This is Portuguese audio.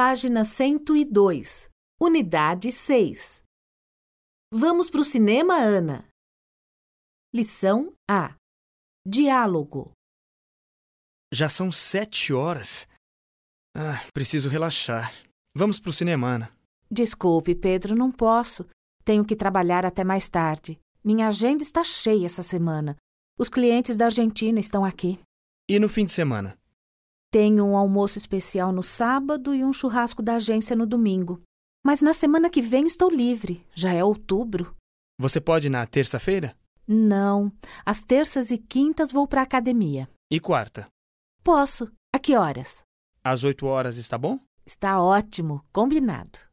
Página 102, Unidade 6. Vamos para o cinema, Ana. Lição A. Diálogo. Já são sete horas. Ah, preciso relaxar. Vamos pro cinema, Ana. Desculpe, Pedro, não posso. Tenho que trabalhar até mais tarde. Minha agenda está cheia essa semana. Os clientes da Argentina estão aqui. E no fim de semana? Tenho um almoço especial no sábado e um churrasco da agência no domingo. Mas na semana que vem estou livre. Já é outubro. Você pode ir na terça-feira? Não. Às terças e quintas vou para a academia. E quarta? Posso. A que horas? Às oito horas está bom? Está ótimo. Combinado.